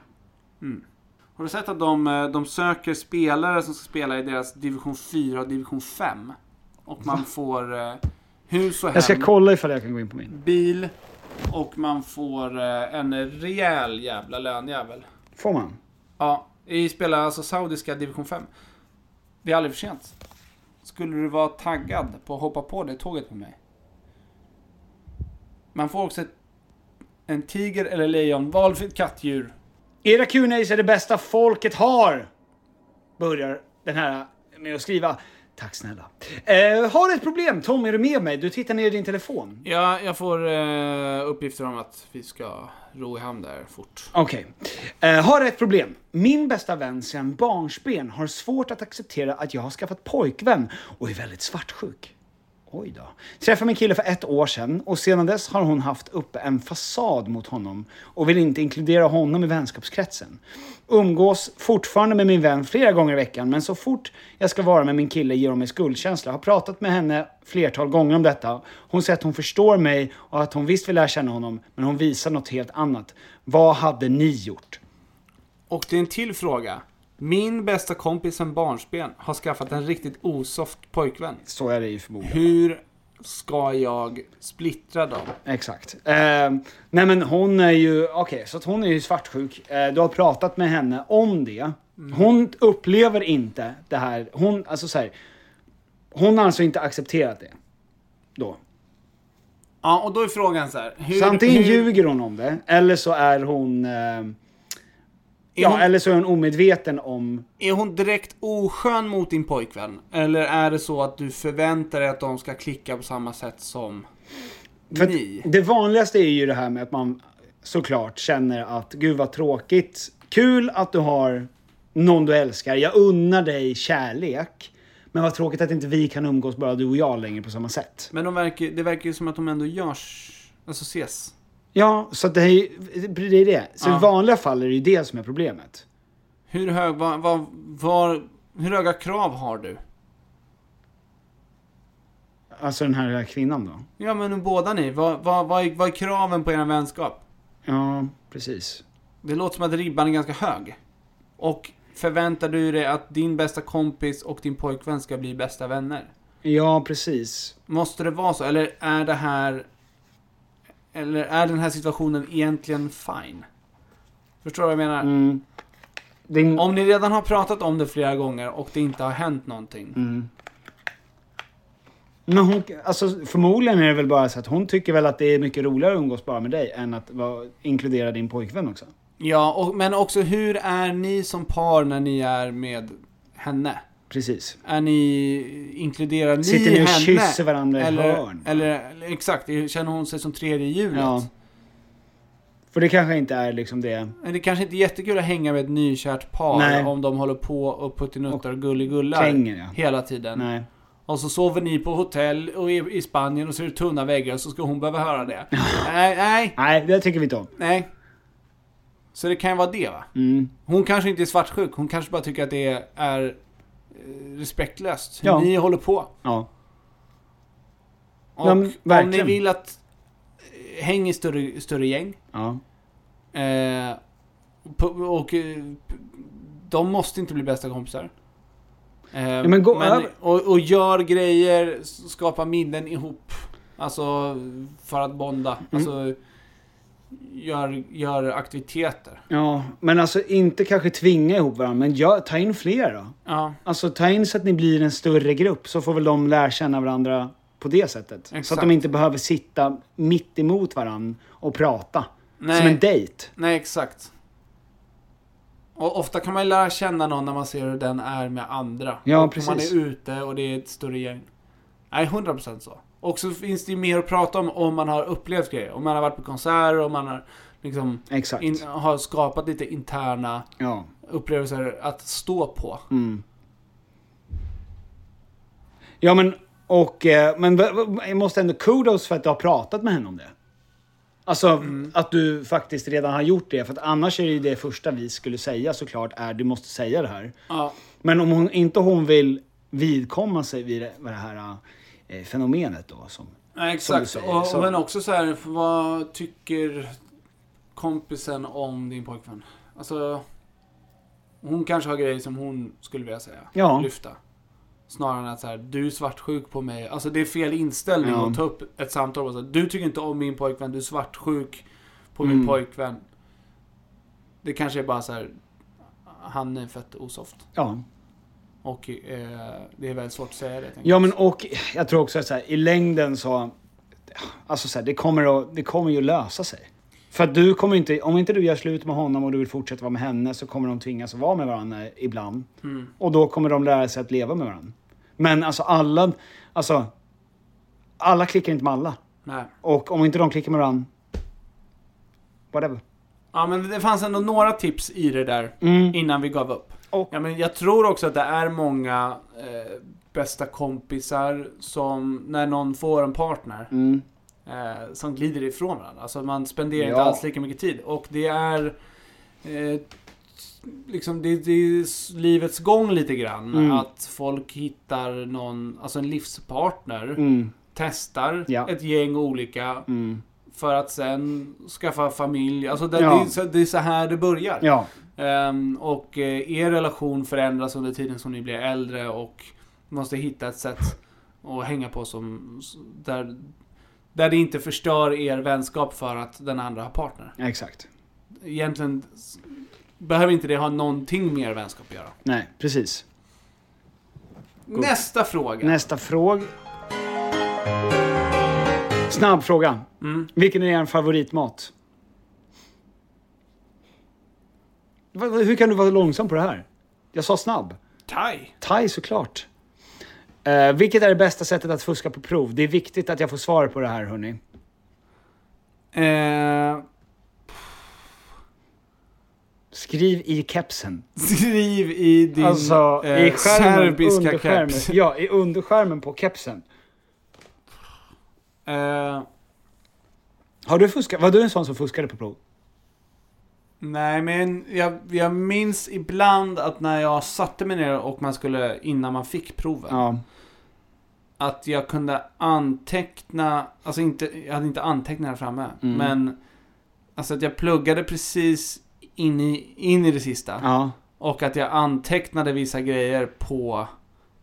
Har du sett att de, eh, de söker spelare som ska spela i deras division 4 och division 5? Och man får eh, hus och hem,
Jag ska kolla ifall jag kan gå in på min.
bil och man får eh, en rejäl jävla lönjävel.
Får man?
Ja, vi spelar alltså saudiska division 5. Det är aldrig för sent. Skulle du vara taggad på att hoppa på det tåget med mig? Man får också ett, en tiger eller lejon, valfritt kattdjur.
Era Q&As är det bästa folket har! Börjar den här med att skriva. Tack snälla. Eh, har ett problem. Tom, är du med mig? Du tittar ner i din telefon.
Ja, jag får eh, uppgifter om att vi ska ro i hamn där fort.
Okej. Eh, har ett problem. Min bästa vän sedan barnsben har svårt att acceptera att jag har skaffat pojkvän och är väldigt svartsjuk. Oj då. Träffade min kille för ett år sedan och sedan dess har hon haft uppe en fasad mot honom och vill inte inkludera honom i vänskapskretsen. Umgås fortfarande med min vän flera gånger i veckan men så fort jag ska vara med min kille ger hon mig skuldkänsla. Har pratat med henne flertal gånger om detta. Hon säger att hon förstår mig och att hon visst vill lära känna honom men hon visar något helt annat. Vad hade ni gjort?
Och det är en till fråga. Min bästa kompis sen barnsben har skaffat en riktigt osoft pojkvän.
Så är det ju förmodligen.
Hur ska jag splittra dem?
Exakt. Eh, nej men hon är ju, okej, så att hon är ju svartsjuk. Eh, du har pratat med henne om det.
Mm.
Hon upplever inte det här, hon, alltså så här, Hon har alltså inte accepterat det. Då.
Ja, och då är frågan så här. Hur,
så antingen
hur,
ljuger hon om det, eller så är hon... Eh, ja,
hon-
eller så är hon omedveten om...
Är hon direkt oskön mot din pojkvän? Eller är det så att du förväntar dig att de ska klicka på samma sätt som...
För att det vanligaste är ju det här med att man såklart känner att gud vad tråkigt. Kul att du har någon du älskar. Jag unnar dig kärlek. Men vad tråkigt att inte vi kan umgås bara du och jag längre på samma sätt.
Men de verkar, det verkar ju som att de ändå görs... Alltså ses.
Ja, så att det är ju det. Är det. Så
Ja.
i vanliga fall är det ju det som är problemet.
Hur hög... Var, var, var, hur höga krav har du?
Alltså den här kvinnan då.
Ja, men båda ni. Vad, vad, vad, är, vad är kraven på er vänskap?
Ja, precis.
Det låter som att ribban är ganska hög. Och förväntar du dig att din bästa kompis och din pojkvän ska bli bästa vänner?
Ja, precis.
Måste det vara så? Eller är det här... Eller är den här situationen egentligen fine? Förstår du vad jag menar?
Mm.
Om ni redan har pratat om det flera gånger och det inte har hänt någonting.
Mm. Men hon, alltså förmodligen är det väl bara så att hon tycker väl att det är mycket roligare att umgås bara med dig än att vara, inkludera din pojkvän också.
Ja, och, men också hur är ni som par när ni är med henne?
Precis.
Är ni, inkluderar ni
Sitter ni och
henne?
kysser varandra i
eller,
hörn?
Eller, eller exakt, känner hon sig som tredje hjulet?
Ja. För det kanske inte är liksom det...
Men Det kanske inte är jättekul att hänga med ett nykärt par
Nej.
om de håller på och puttinuttar och gulligullar
kränger, ja.
hela tiden.
Nej.
Och så sover ni på hotell och i, i Spanien och så är det tunna väggar och så ska hon behöva
*laughs*
höra det. nej, nej,
Nej, det tycker vi inte om.
nej. Så det kan ju vara det va?
Mm.
Hon kanske inte är svartsjuk, hon kanske bara tycker att det är eh, respektlöst hur
Ja.
ni håller på.
Ja.
Och
Ja, men
om ni
verkligen.
vill att... eh, Häng i större, större gäng.
Ja.
Eh, på- och eh, p- de måste inte bli bästa kompisar. Eh,
men gå över.
och, och gör grejer, s- skapa minnen ihop. Alltså för att bonda.
Mm.
Alltså gör, gör aktiviteter.
Ja, men alltså inte kanske tvinga ihop varandra, men gör- ta in fler då.
Ja,
Alltså ta in så att ni blir en större grupp, så får väl de lära känna varandra på det sättet. Så att
Exakt.
de inte behöver sitta mitt emot varandra och prata.
Nej.
Som en dejt.
nej exakt. Och ofta kan man ju lära känna någon när man ser hur den är med andra.
Ja,
och Man
precis.
är ute och det är ett större gäng. Nej, 100% så. Och så finns det ju mer att prata om om man har upplevt grejer. Om man har varit på konserter, om man har liksom
Exakt.
in, har skapat lite interna
Ja.
upplevelser att stå på.
Mm. Ja men, och, eh, men v- v- jag måste ändå kudos för att du har pratat med henne om det. Alltså att du faktiskt redan har gjort det. För att annars är det ju det första vi skulle säga såklart är du måste säga det här.
Ja.
Men om hon, inte hon vill vidkomma sig vid det, vad det här eh, fenomenet då. Som,
Nej,
som du
exakt.
säger,
Och,
så-
Men också så här, vad tycker kompisen om din pojkvän? Alltså, hon kanske har grejer som hon skulle vilja säga.
Ja.
Lyfta. Snarare än att så här, du är svartsjuk på mig. Alltså det är fel inställning
Ja.
att ta upp ett samtal och säga, du tycker inte om min pojkvän, du är svartsjuk på min
Mm.
pojkvän. Det kanske är bara så här, han är fett osoft.
ja.
Och eh, det är väldigt svårt att säga det. tänker
Ja
jag.
men och jag tror också att så här, i längden så... Alltså så här, det, kommer att, det kommer ju att lösa sig. För att du kommer inte, om inte du gör slut med honom och du vill fortsätta vara med henne så kommer de tvingas att vara med varandra ibland.
Mm.
Och då kommer de lära sig att leva med varandra. Men alltså alla, alltså... Alla klickar inte med alla.
Nej.
Och om inte de klickar med varandra... Whatever.
Ja men det fanns ändå några tips
Mm.
i det där innan vi gav upp. Ja, men jag tror också att det är många eh, bästa kompisar som, när någon får en partner,
Mm.
eh, som glider ifrån varandra. Alltså man spenderar inte
Ja.
alls lika mycket tid. Och det är... Eh, liksom det, det är s- livets gång lite grann.
Mm.
Att folk hittar någon, alltså en livspartner.
Mm.
Testar
Ja.
ett gäng olika.
Mm.
För att sen skaffa familj. Alltså det,
Ja.
det, är, så, det är så här det börjar.
Ja.
Ehm, och eh, er relation förändras under tiden som ni blir äldre och måste hitta ett sätt att hänga på som s- där, där det inte förstör er vänskap för att den andra har partner.
Exakt.
Egentligen s- behöver inte det ha någonting med er vänskap att göra.
Nej, precis.
Nästa fråga.
Nästa fråga. Snabb fråga.
Mm.
Vilken är er favoritmat? Va- va- Hur kan du vara långsam på det här? Jag sa snabb.
Thai.
Thai såklart. Eh, vilket är det bästa sättet att fuska på prov? Det är viktigt att jag får svar på det här hörni.
Eh,
Skriv i kepsen.
*laughs* skriv i din
alltså
eh,
i skärmen,
serbiska
under skärmen.
keps.
Ja, i underskärmen på kepsen.
Eh,
Har du fuskat? Var du en sån som fuskade på prov?
Nej, men jag, jag minns ibland att när jag satte mig ner och man skulle, innan man fick proven.
Ja.
Att jag kunde anteckna, alltså inte, jag hade inte anteckningar framme.
Mm.
Men, alltså att jag pluggade precis in i, in i det sista.
Ja.
Och att jag antecknade vissa grejer på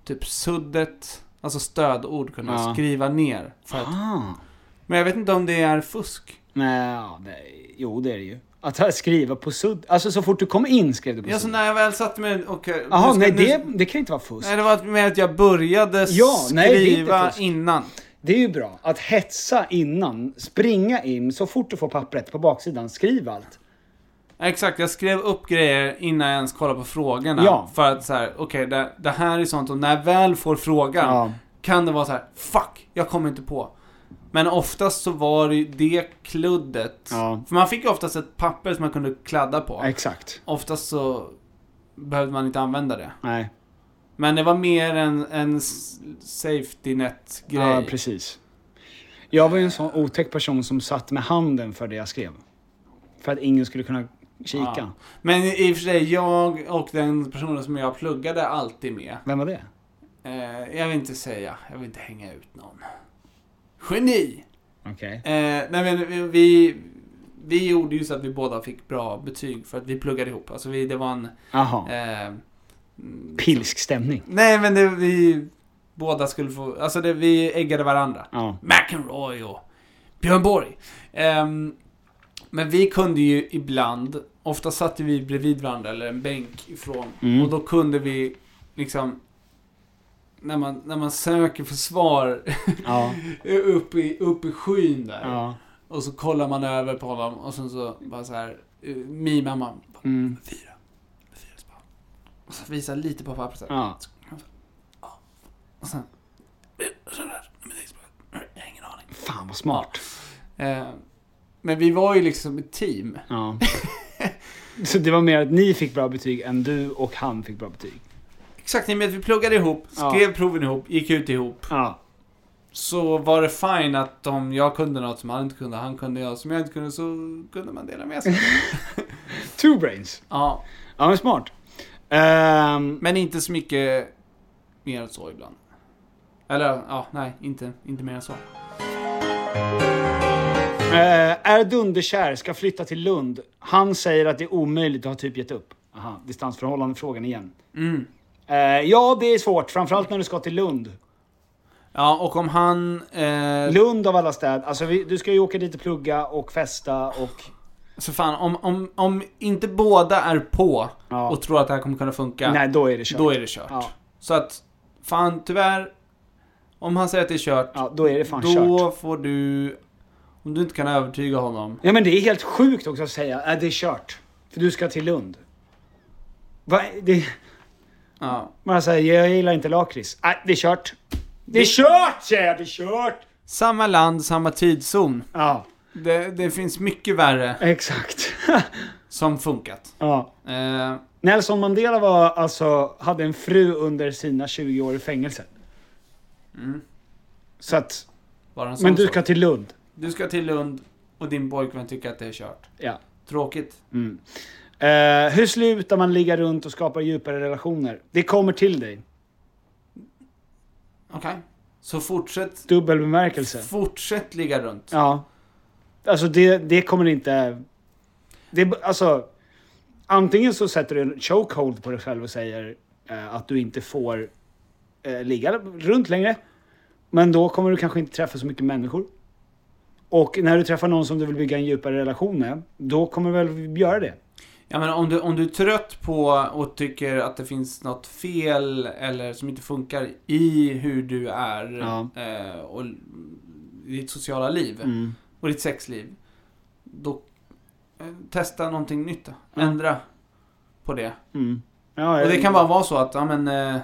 typ suddet, alltså stödord kunde
Ja.
jag skriva ner. För att,
Ah.
Men jag vet inte om det är fusk.
Nej, ja, nej, jo det är det ju. Att här skriva på sudd. Alltså så fort du kom in skrev du på
Ja, så
sudd.
när jag väl satte mig och... eh,
Jaha, nej det, det kan inte vara fusk.
Nej, det var med att jag började
Ja, nej, det är inte
skriva
fusk.
innan.
Det är ju bra. Att hetsa innan, springa in, så fort du får pappret på baksidan, skriv allt.
Exakt, jag skrev upp grejer innan jag ens kollade på frågorna.
Ja.
För att så här, okej, det, det här är sånt och när jag väl får frågan
Ja.
kan det vara så här, fuck, jag kommer inte på. Men oftast så var det ju det kluddet.
Ja.
För man fick ju oftast ett papper som man kunde kladda på.
Exakt.
Oftast så behövde man inte använda det.
Nej.
Men det var mer en, en s- safety net-grej.
Ja, precis. Jag var ju en sån otäck person som satt med handen för det jag skrev. För att ingen skulle kunna kika.
Ja. Men i och för sig, jag och den personen som jag pluggade alltid med.
Vem var det?
Eh, jag vill inte säga, jag vill inte hänga ut någon. Geni!
Okej.
Eh, nej men vi- vi, vi gjorde ju så att vi båda fick bra betyg för att vi pluggade ihop. Alltså vi, det var en...
Jaha.
Eh,
Pilsk stämning.
nej men det, vi båda skulle få... Alltså det, vi eggade varandra.
Ja.
McEnroy och Björn Borg. Ehm, men vi kunde ju ibland, ofta satt vi bredvid varandra eller en bänk ifrån.
Mm.
Och då kunde vi liksom, när man, när man söker för svar
Ja.
*laughs* upp, i, upp i skyn där.
Ja.
Och så kollar man över på honom och sen så bara så här, eh, mimar man.
Mm.
Fyra. Fyra så bara. Och så visar lite på pappret så här.
Ja.
Och sen, eh, så där. Men det är så bara, jag har ingen aning.
Fan vad smart.
Eh, Men vi var ju liksom ett team.
Ja. *laughs* Så det var mer att ni fick bra betyg än du och han fick bra betyg.
Exakt, i och med att vi pluggade ihop,
Ja.
skrev proven ihop, gick ut ihop.
Ja.
Så var det fine att om jag kunde något som han inte kunde, han kunde jag som jag inte kunde, så kunde man dela med sig.
Two brains.
ja,
Ja, men smart. Ehm,
men inte så mycket mer än så ibland. Eller ja, nej, inte, inte mer än så.
eh, är dunderkär, ska flytta till Lund. Han säger att det är omöjligt och har typ gett upp. Aha, distansförhållande-frågan igen.
Mm.
Eh, ja, det är svårt. Framförallt när du ska till Lund.
Ja, och om han... Eh,
Lund av alla städer. Alltså, vi, du ska ju åka dit och plugga och festa och...
så fan, om, om, om inte båda är på
Ja.
och tror att det här kommer kunna funka.
Nej, då är det kört.
Då är det kört.
Ja.
Så att, fan tyvärr. Om han säger att det är kört.
Ja, då är det fan
då
kört.
får du... Om du inte kan övertyga honom.
Ja, men det är helt sjukt också att säga att det är kört. För du ska till Lund. Va? Det...
Ja.
Man säger, jag gillar inte lakrits. Nej, det är kört. Det är kört säger jag, det är kört!
Samma land, samma tidszon.
Ja,
Det, det finns mycket värre
exakt. *laughs*
som funkat.
ja.
Eh,
Nelson Mandela var alltså, hade en fru under sina 20 år i fängelse.
Mm.
Så att...
Bara en sån
Men du
sak.
ska till Lund.
Du ska till Lund och din pojkvän tycker att det är kört.
Ja.
Tråkigt.
Mm. Eh, hur slutar man ligga runt och skapa djupare relationer? Det kommer till dig.
Okej. Så fortsätt,
Dubbel bemärkelse.
fortsätt ligga runt.
Ja. Alltså det, det kommer inte... Det, alltså, antingen så sätter du en chokehold på dig själv och säger eh, att du inte får eh, ligga runt längre. Men då kommer du kanske inte träffa så mycket människor. Och när du träffar någon som du vill bygga en djupare relation med, då kommer du väl göra det.
Ja, men om, du, om du är trött på och tycker att det finns något fel eller som inte funkar i hur du är
Ja.
eh, och i ditt sociala liv
Mm.
och ditt sexliv. Då eh, testa någonting nytt då. Ändra på det.
Mm. Ja,
och det
jag-
kan bara vara så att, ja men... Eh,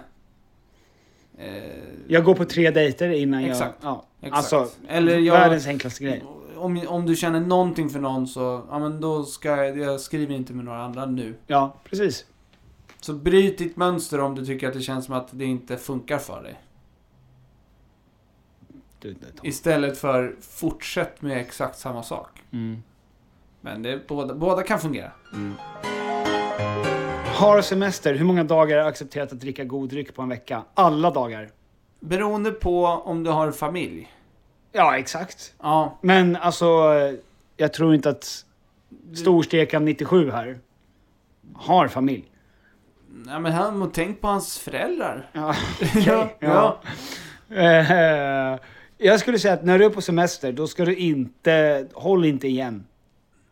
eh,
Jag går på tre dejter innan
Exakt.
jag... Ja.
Exakt.
Alltså,
Eller jag-
världens enklaste grej.
om, om du känner någonting för någon så, ja men då ska jag, jag skriver inte med några andra nu.
Ja, precis.
Så bryt ditt mönster om du tycker att det känns som att det inte funkar för dig.
Du,
Istället för fortsätt med exakt samma sak.
Mm.
Men det, båda, båda kan fungera.
Har semester, hur många dagar är accepterat att dricka god dryck på en vecka? Alla dagar.
Beroende på om du har familj.
Ja, exakt.
Ja.
Men alltså, eh, jag tror inte att storstekan 97 här har
*laughs*
familj.
Nej men han, tänk på hans föräldrar.
Ja.
ja. ja.
Eh, Jag skulle säga att när du är på semester, då ska du inte... Håll inte igen.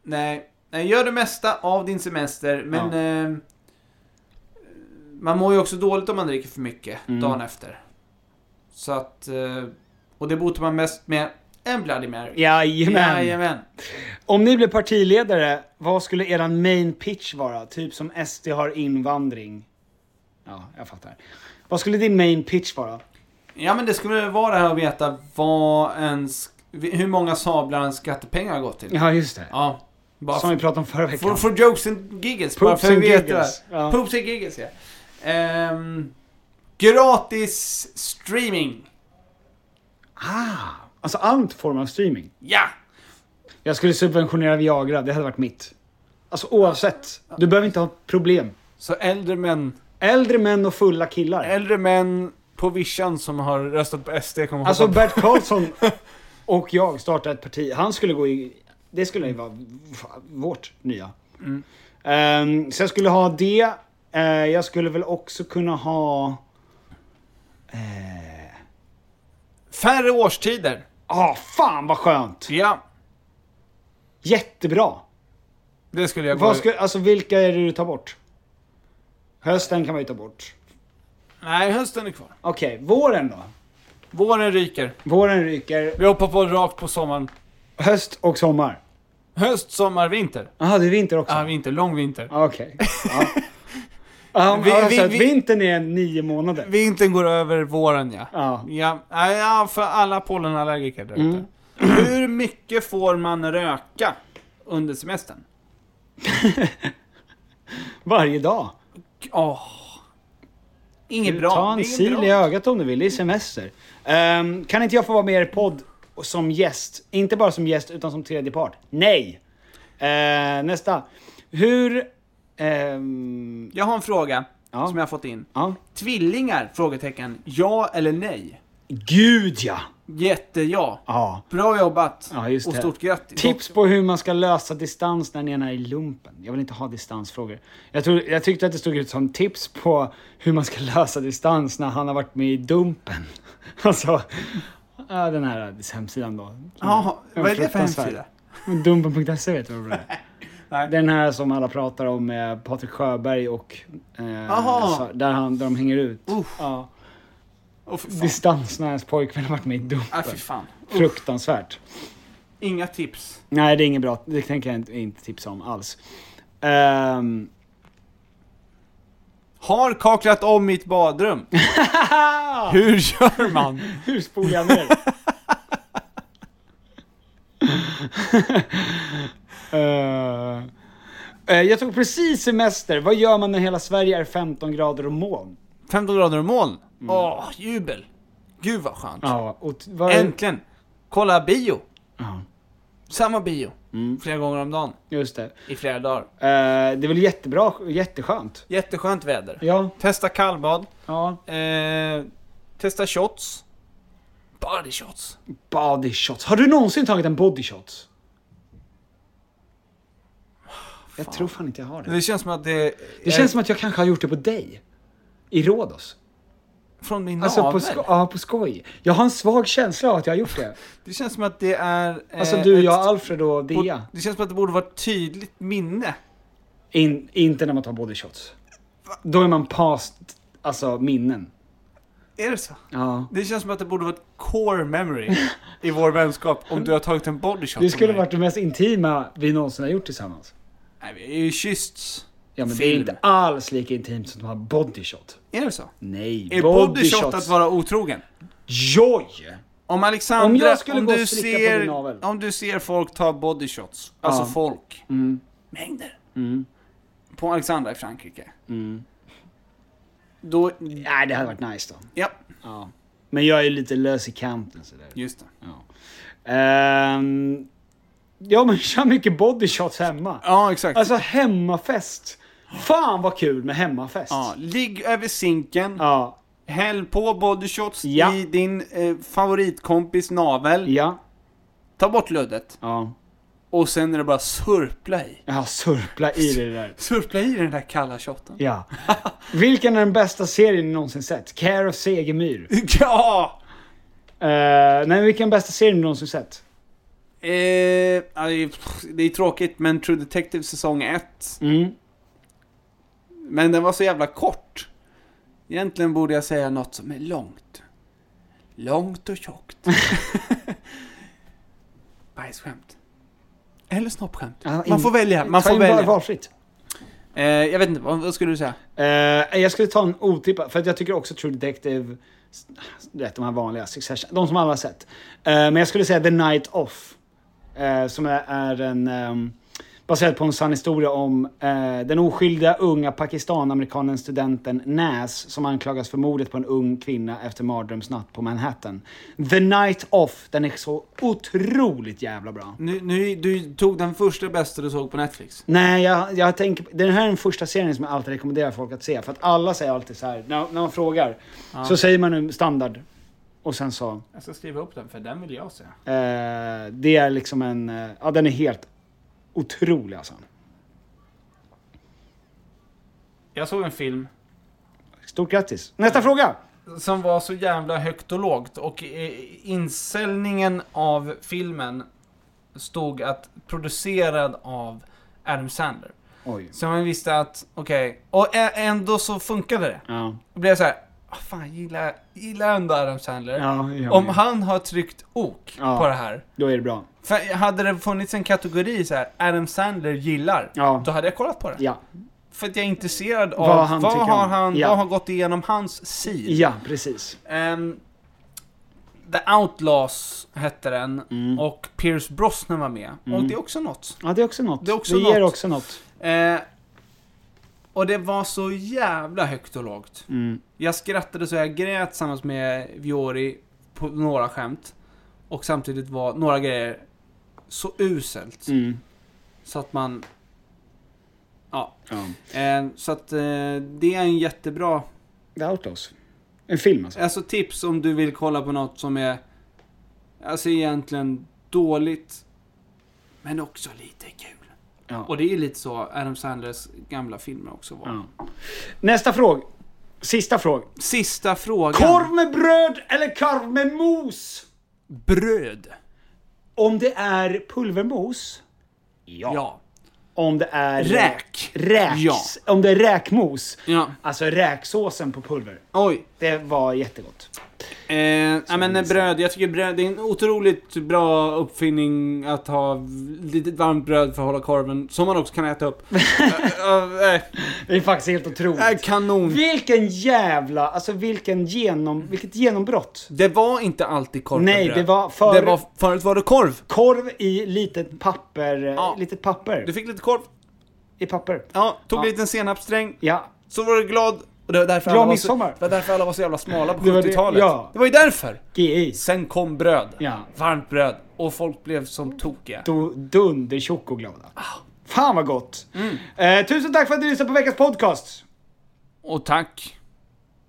Nej. Nej, gör det mesta av din semester men... Eh, man mår ju också dåligt om man dricker för mycket
Mm.
dagen efter. Så att... Eh, och det botar man mest med en Bloody Mary.
Jajamän.
Jajamän.
Om ni blev partiledare, vad skulle eran main pitch vara? Typ som SD har invandring. Ja, jag fattar. Vad skulle din main pitch vara?
Ja men det skulle vara det här att veta vad ens, hur många sablar ens skattepengar har gått till.
Ja, just det.
Ja. Bara
Som vi
för,
pratade om förra veckan.
för, för jokes and giggles. bara
Poops
för att
and
veta.
giggles, ja.
Poops and giggles ja. Ehm, gratis streaming.
Ah! Alltså allt form av streaming.
Ja!
Jag skulle subventionera Viagra, det hade varit mitt. Alltså oavsett. Du behöver inte ha problem.
Så äldre män.
Äldre män och fulla killar.
Äldre män på vischan som har röstat på SD kommer
Alltså Bert Karlsson *laughs* och jag startade ett parti. Han skulle gå i... Det skulle ju vara vårt nya.
Mm.
Ehm, så jag skulle ha det. Eh, jag skulle väl också kunna ha...
Färre årstider.
Ah, fan vad skönt!
Ja.
Jättebra!
Det skulle jag gå...
Vad skulle, alltså vilka är det du tar bort? Hösten kan man ju ta bort.
Nej, hösten är kvar.
Okej, våren då?
Våren ryker.
Våren ryker.
Vi hoppar på rakt på sommaren.
Höst och sommar.
Höst, sommar, vinter.
Jaha, det är vinter också?
Ja, vinter. Lång vinter.
Okej.
*laughs*
Ja. Ja,
Vi-
alltså
vi-
att
vi-
vintern är nio månader.
Vintern går över våren ja.
Ja. Mm.
Ja, nej, ja för alla pollenallergiker där ute. Hur mycket får man röka under semestern?
Varje dag.
Åh. Inget bra.
Ta en
Det är inget
sil
bra.
i ögat om du vill, det är semester. Ehm, kan inte jag få vara med i er podd och som gäst? Inte bara som gäst, utan som tredje part. Nej! Ehm, nästa. Hur... ehm,
Jag har en fråga
Ja.
som jag har fått in.
ja.
Tvillingar? Frågetecken. Ja eller nej?
Gud ja!
Jätteja.
Ja.
Bra jobbat.
Ja, just
och
det.
stort grattis.
Tips på hur man ska lösa distans när den ena är i lumpen. Jag vill inte ha distansfrågor. Jag, tror, jag tyckte att det stod ut som tips på hur man ska *laughs* lösa distans när han har varit med i Dumpen. *laughs* Alltså, ja, den här hemsidan då.
Ja,
Den
vad är det för
fruktansvärda.
hemsida?
Men Dumpen.se vet du vad det är?
*laughs* Nej.
Den här som alla pratar om med Patrik Sjöberg och... Eh,
Aha.
så- där, han, där de hänger ut. Ja.
Åh, fy fan.
Distans när ens pojkvän har varit med i
Ah,
Dumpen.
fy fan.
Fruktansvärt.
Inga tips.
Nej, det är inget bra. Det tänker jag inte, inte tipsa om alls. Ehm,
Har kaklat om
*laughs*
mitt badrum. Hur gör man?
hur spolar jag *laughs* ner? Ehm, eh, jag tog precis semester. Vad gör man när hela Sverige är 15 grader och moln?
Mm. 15 grader och moln. Åh, jubel! Gud vad skönt.
Ja, och t- vad-
Äntligen! Kolla bio!
Ja.
Samma bio. Flera gånger om dagen.
Just det.
I flera dagar.
Eh, det är väl jättebra, jätteskönt.
Jätteskönt väder.
Ja.
Testa kallbad.
Ja.
Eh, testa shots. Body shots.
Body shots. Har du någonsin tagit en body shot? Jag tror fan inte jag har det.
Det känns som att det...
Det känns som att jag kanske har gjort det på dig. I Rhodos.
Från min
Alltså på,
navel.
sko- ja, på skoj. Jag har en svag känsla av att jag har gjort det.
Det känns som att det är... eh,
Alltså du,
ett-
jag, Alfred och Dea.
Det känns som att det borde vara ett tydligt minne.
In, inte när man tar body shots. Då är man past, alltså minnen.
Är det så?
Ja.
Det känns som att det borde vara ett core *laughs* memory i vår vänskap om du har tagit en body shot
Det skulle
på mig.
varit det mest intima vi någonsin har gjort tillsammans.
Nej, vi är ju kyssts.
Ja men det är
Film.
inte alls lika intimt som att ha body shot.
Är det så?
Nej,
Är
body,
body shot
shots.
att vara otrogen?
Joj!
Om Alexandra,
Om jag skulle
om
gå och
du
slicka på din
ser,
navel.
Om du ser folk ta body shots, alltså
Ja.
folk,
Mm,
mängder,
mm,
på Alexandra i Frankrike.
mm.
Då,
Nej, det hade varit nice då.
ja,
Ja. Men jag är lite lös i kanten sådär.
just det.
Ja. Ehm, ja men kör mycket body shots hemma.
Ja, exakt.
Alltså hemmafest. Fan vad kul med hemmafest.
ja, ligg över sinken,
Ja.
häll på body shots
Ja.
i din eh, favoritkompis navel,
Ja.
ta bort luddet,
Ja.
och sen är det bara surpla i.
Ja, surpla i det där.
Surpla i den där kalla shotten.
Ja. Vilken är den bästa serien ni någonsin sett? Care of Segemyhr.
*laughs* Ja!
Eh, nej, vilken är den bästa serien ni någonsin sett?
Eh, ja, det är- pff, det är tråkigt, men True Detective säsong 1.
Mm.
Men den var så jävla kort. Egentligen borde jag säga något som är långt. Långt och *laughs* tjockt. Bajsskämt. Eller snoppskämt.
Ja, in-
Man får välja, man
Ta
får
in val-
välja.
Valfritt.
Eh, jag vet inte, vad, vad skulle du säga?
Eh, jag skulle ta en otippad, för att jag tycker också True Detective, du vet de här vanliga, Succession, de som alla har sett. Eh, men jag skulle säga The Night Off. eh, som är, är en, ehm, baserad på en sann historia om eh, den oskyldiga unga pakistanamerikanen studenten Nas som anklagas för mordet på en ung kvinna efter mardrömsnatt på Manhattan. The Night Off, den är så otroligt jävla bra.
Nu, nu, du tog den första bästa du såg på Netflix.
Nej, jag, jag tänker, den här är den första serien som jag alltid rekommenderar folk att se. För att alla säger alltid så här, när, när man frågar, så säger man en standard. Och sen så,
Jag ska skriva upp den, för den vill jag se.
eh, det är liksom en, eh, ja den är helt otrolig alltså.
Jag såg en film
Stort grattis! Nästa fråga!
som var så jävla högt och lågt och eh, inställningen av filmen stod att producerad av Adam Sandler.
Oj.
Så man visste att, okej, och ä- ändå så funkade det.
Ja.
Då blev jag såhär, ah, fan gillar, gillar ändå Adam Sandler.
Ja, ja,
Om
ja.
han har tryckt ok
Ja.
på det här.
Då är det bra.
För hade det funnits en kategori så här, Adam Sandler gillar,
Ja.
då hade jag kollat på det.
Ja.
För att jag är intresserad av
Vad han
vad,
tycker
har
om.
han,
Ja.
vad har gått igenom hans sid.
Ja, precis.
Ehm, The Outlaws hette den
Mm.
och Pierce Brosnan var med. Och det är också något.
Ja, det är också något.
Det är också
ger
något.
också något.
Eh, och det var så jävla högt och lågt.
Mm.
Jag skrattade så jag grät tillsammans med Viori på några skämt. Och samtidigt var några grejer så uselt.
Mm.
Så att man... Ja.
Ja.
Eh, så att eh, det är en jättebra
The Outlaws. En film alltså.
Alltså tips om du vill kolla på något som är Alltså egentligen dåligt Men också lite kul.
Ja.
Och det är ju lite så Adam Sandlers gamla filmer också var.
Ja. Nästa fråga. Sista fråga.
Sista frågan.
Korv med bröd eller korv med mos?
Bröd.
Om det är pulvermos?
Ja.
Om det är...
Räk.
Räks.
Ja.
Om det är räkmos.
Ja.
Alltså räksåsen på pulver.
Oj.
Det var jättegott.
Eh, ja, men eh, bröd. Jag tycker bröd det är en otroligt bra uppfinning att ha lite varmt bröd för att hålla korven. Som man också kan
*laughs*
äta upp. Eh, eh, eh,
Det är faktiskt helt otroligt.
eh, kanon.
Vilken jävla, alltså vilken genom, vilket genombrott.
Det var inte alltid korv med
Nej,
bröd.
det var förr-
det var, förut var det korv.
Korv i litet papper, litet papper.
Du fick lite korv.
I papper.
Ja, tog
Ja.
en liten senapssträng.
Ja.
Så var du glad. Och Och det var därför,
Glad
alla var, så,
midsommar.
det var därför alla var så jävla smala på
Det var det-
70-talet.
ja.
Det var ju därför!
GI.
Sen kom bröd.
Ja.
Varmt bröd. Och folk blev som tokiga.
Du- Dundertjock och glada.
Ah.
Fan vad gott!
Mm.
Eh, tusen tack för att du lyssnade på veckans podcast!
Och tack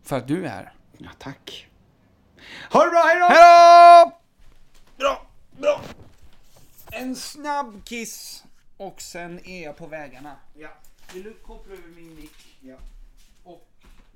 för att du är här.
Ja, tack. Ha det bra, hejdå!
Hejdå! Bra, bra. En snabb kiss och sen är jag på vägarna. Ja. Vill du koppla över min mick? Ja. Och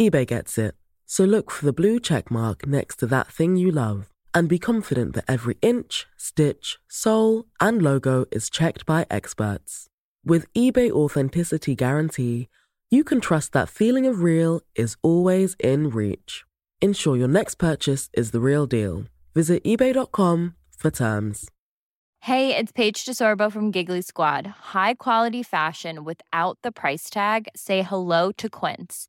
eBay gets it. So look for the blue check mark next to that thing you love and be confident that every inch, stitch, sole, and logo is checked by experts. With eBay Authenticity Guarantee, you can trust that feeling of real is always in reach. Ensure your next purchase is the real deal. Visit eBay.com for terms.
Hey, it's Paige DeSorbo from Giggly Squad. High quality fashion without the price tag. Say hello to Quince.